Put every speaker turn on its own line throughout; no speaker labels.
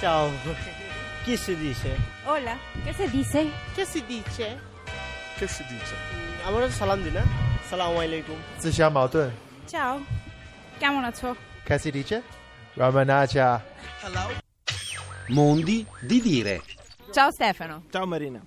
Ciao. Chi si dice?
Hola, ¿qué se dice?
Che si dice?
Che si dice?
আমরা তো সালাম দিই না সালাম আলাইকুম
自相矛盾。
Ciao. Chiamo la ciò.
Che si dice? Ramanacha.
Mondi di dire.
Ciao Stefano.
Ciao Marina.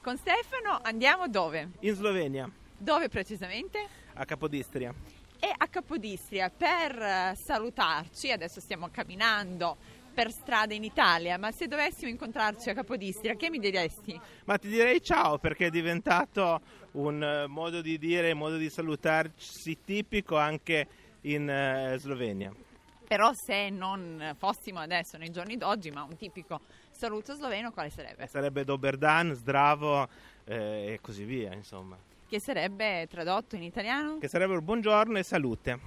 Con Stefano andiamo dove?
In Slovenia,
Dove precisamente?
a Capodistria.
E a Capodistria per eh, salutarci, adesso stiamo camminando per strada in Italia, ma se dovessimo incontrarci a Capodistria, che mi diresti?
Ma ti direi ciao perché è diventato un eh, modo di dire, un modo di salutarsi tipico anche in eh, Slovenia.
Però se non fossimo adesso nei giorni d'oggi, ma un tipico saluto sloveno, quale sarebbe?
Sarebbe Dober Dan, Zdravo eh, e così via, insomma.
Che sarebbe tradotto in italiano?
Che sarebbero buongiorno e salute.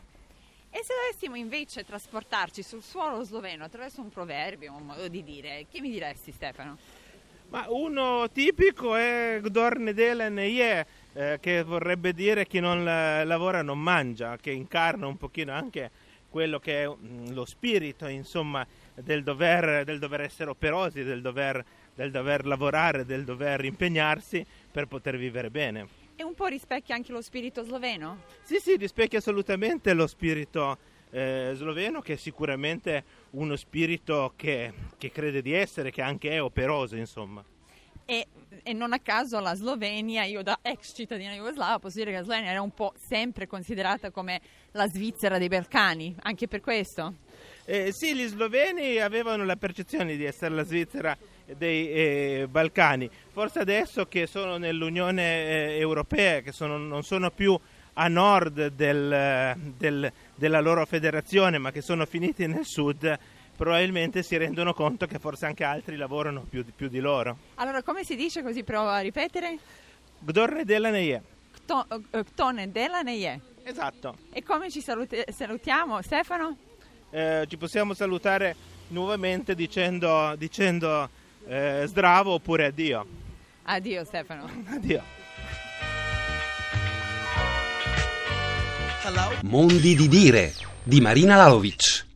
E se dovessimo invece trasportarci sul suolo sloveno attraverso un proverbio, un modo di dire, che mi diresti Stefano?
Ma uno tipico è Gdorne Delen Je, eh, che vorrebbe dire chi non eh, lavora non mangia, che incarna un pochino anche quello che è mm, lo spirito, insomma, del dover, del dover essere operosi, del dover, del dover lavorare, del dover impegnarsi per poter vivere bene.
E un po' rispecchia anche lo spirito sloveno?
Sì, sì, rispecchia assolutamente lo spirito eh, sloveno, che è sicuramente uno spirito che, che crede di essere, che anche è operoso, insomma.
E, e non a caso la Slovenia, io da ex cittadina jugoslava posso dire che la Slovenia era un po' sempre considerata come la Svizzera dei Balcani, anche per questo.
Eh, sì, gli sloveni avevano la percezione di essere la Svizzera dei eh, Balcani. Forse adesso che sono nell'Unione eh, Europea, che sono- non sono più a nord del, eh, del- della loro federazione, ma che sono finiti nel sud, probabilmente si rendono conto che forse anche altri lavorano più di, più di loro.
Allora, come si dice così? Provo a ripetere.
Gdorre della Neie.
Kto- eh, Ktone della neje.
Esatto.
E come ci salute- salutiamo, Stefano?
Eh, ci possiamo salutare nuovamente dicendo, dicendo eh, sdravo oppure addio.
Addio Stefano.
Addio.
Mondi di dire. Di Marina Lalovic.